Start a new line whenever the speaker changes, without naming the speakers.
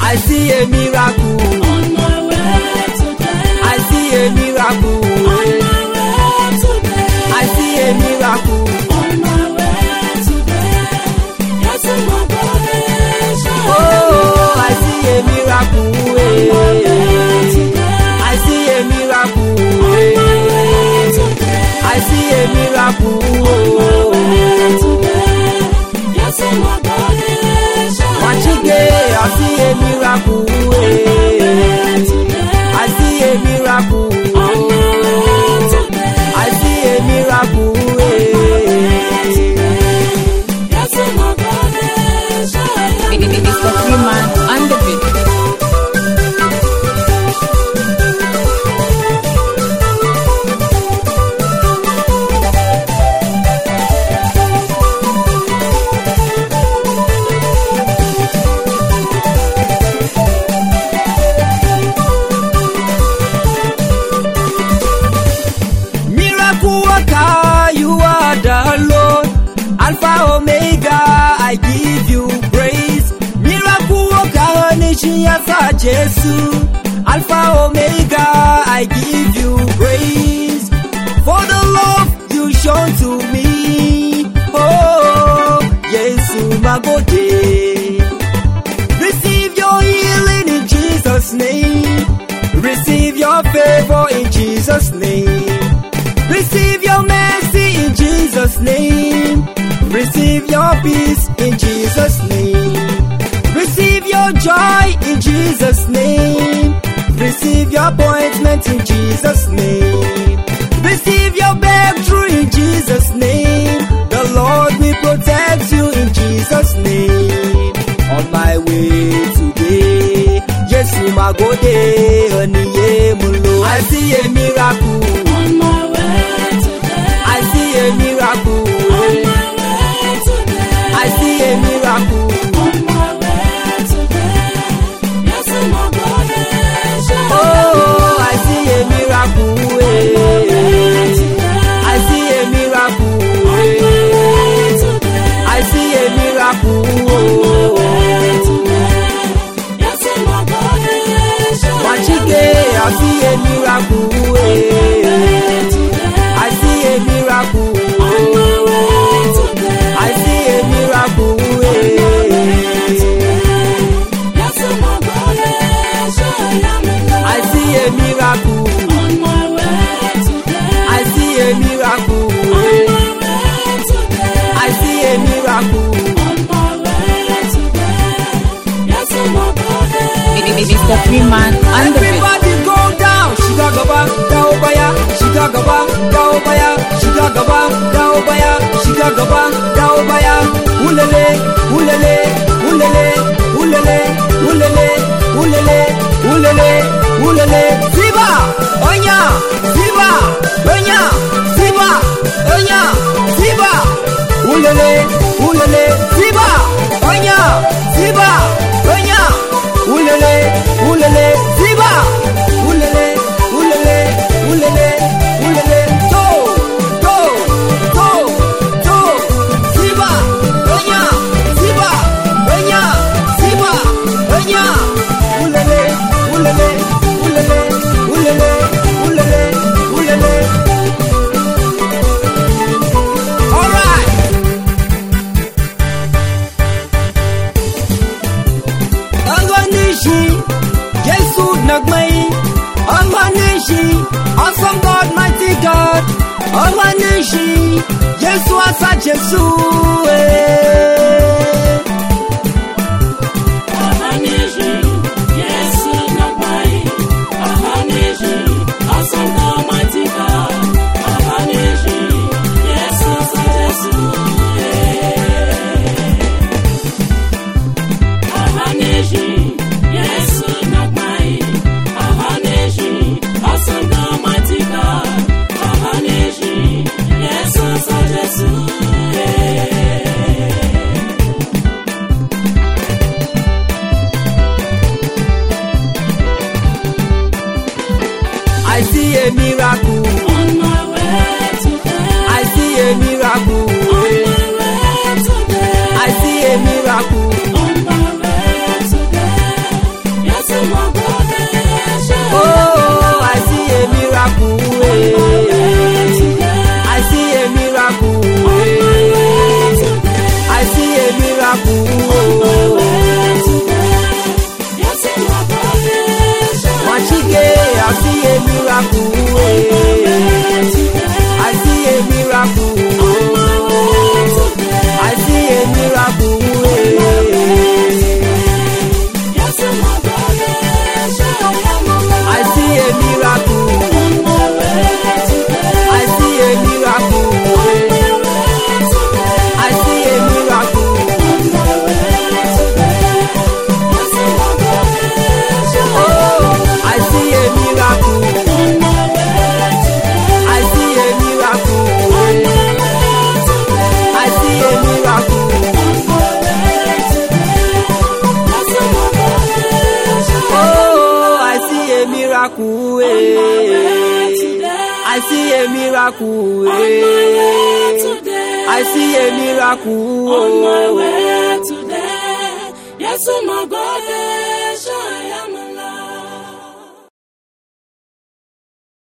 a miracle.
On my way to bed.
I see a
On
miracle.
my way to bed.
I see a miracle.
On my way to bed. Yes, I'm a boy.
Oh, I see a miracle.
On my
eh.
way to bed.
I see a miracle.
On
eh.
my way to bed.
I see a miracle. oh. Wachike, I see a miracle. eh. I see a miracle. I see a miracle. eh.
It is for three man and the big.
Miracle worker, you are the Lord. Alpha Omega, I give you praise. Miracle worker, Nishiyafa Jesu. Alpha Omega, I give you praise. For the love you shown to me. Oh, Yesu Magode. Receive your healing in Jesus' name. Receive your favor in Jesus' name. Receive your mercy in Jesus' name. Receive your peace in Jesus' name. Receive your joy in Jesus' name. Receive your appointment in Jesus' name. Receive your breakthrough in Jesus' name. The Lord will protect you in Jesus' name. On my way today, yes, you my go day, honey, yeah, mulo. I see a miracle. I see a miracle. I see a miracle. Oh, I see a miracle. eh. I see a miracle. eh. I see a miracle. oh. Wachike, I see a miracle. eh. I see a miracle. oh. I see a miracle. eh. I see a miracle. I see a miracle. eh. I see a miracle.
It is for three man and the big.
Everybody go down. Shigagaba, daobaya. Shigagaba, daobaya. Shigagaba, daobaya. Shigagaba, daobaya. Ulele, ulele, ulele, ulele, ulele, ulele, ulele, ulele. Ziba, onya, ziba, onya, ziba, onya, ziba. Ulele, ulele, ziba, onya, ziba, onya. Ulele, ulele, ziba. Ulele, ulele, ulele, ulele. To, to, to, to. Ziba, onya, ziba, onya, ziba, onya. Ulele, ulele, ulele, ulele, ulele, ulele. All right. Anganishi, Jesu Nagmai, Anganishi, awesome God, mighty God, Anganishi, Jesu Asa Jesu. eh. I see a miracle,
On my way to bed.
I see a miracle,
On my way to bed.
I see a miracle.
On my way to bed. Yes,
Oh, Yahweh. I see a miracle. I see a miracle. I see a miracle. Oh, I see a miracle. I see a miracle. I see a miracle. Oh, I see a miracle. eh. I see a miracle. eh. I see a miracle.
On my
oh.
way to there, yes, I'm a goddess.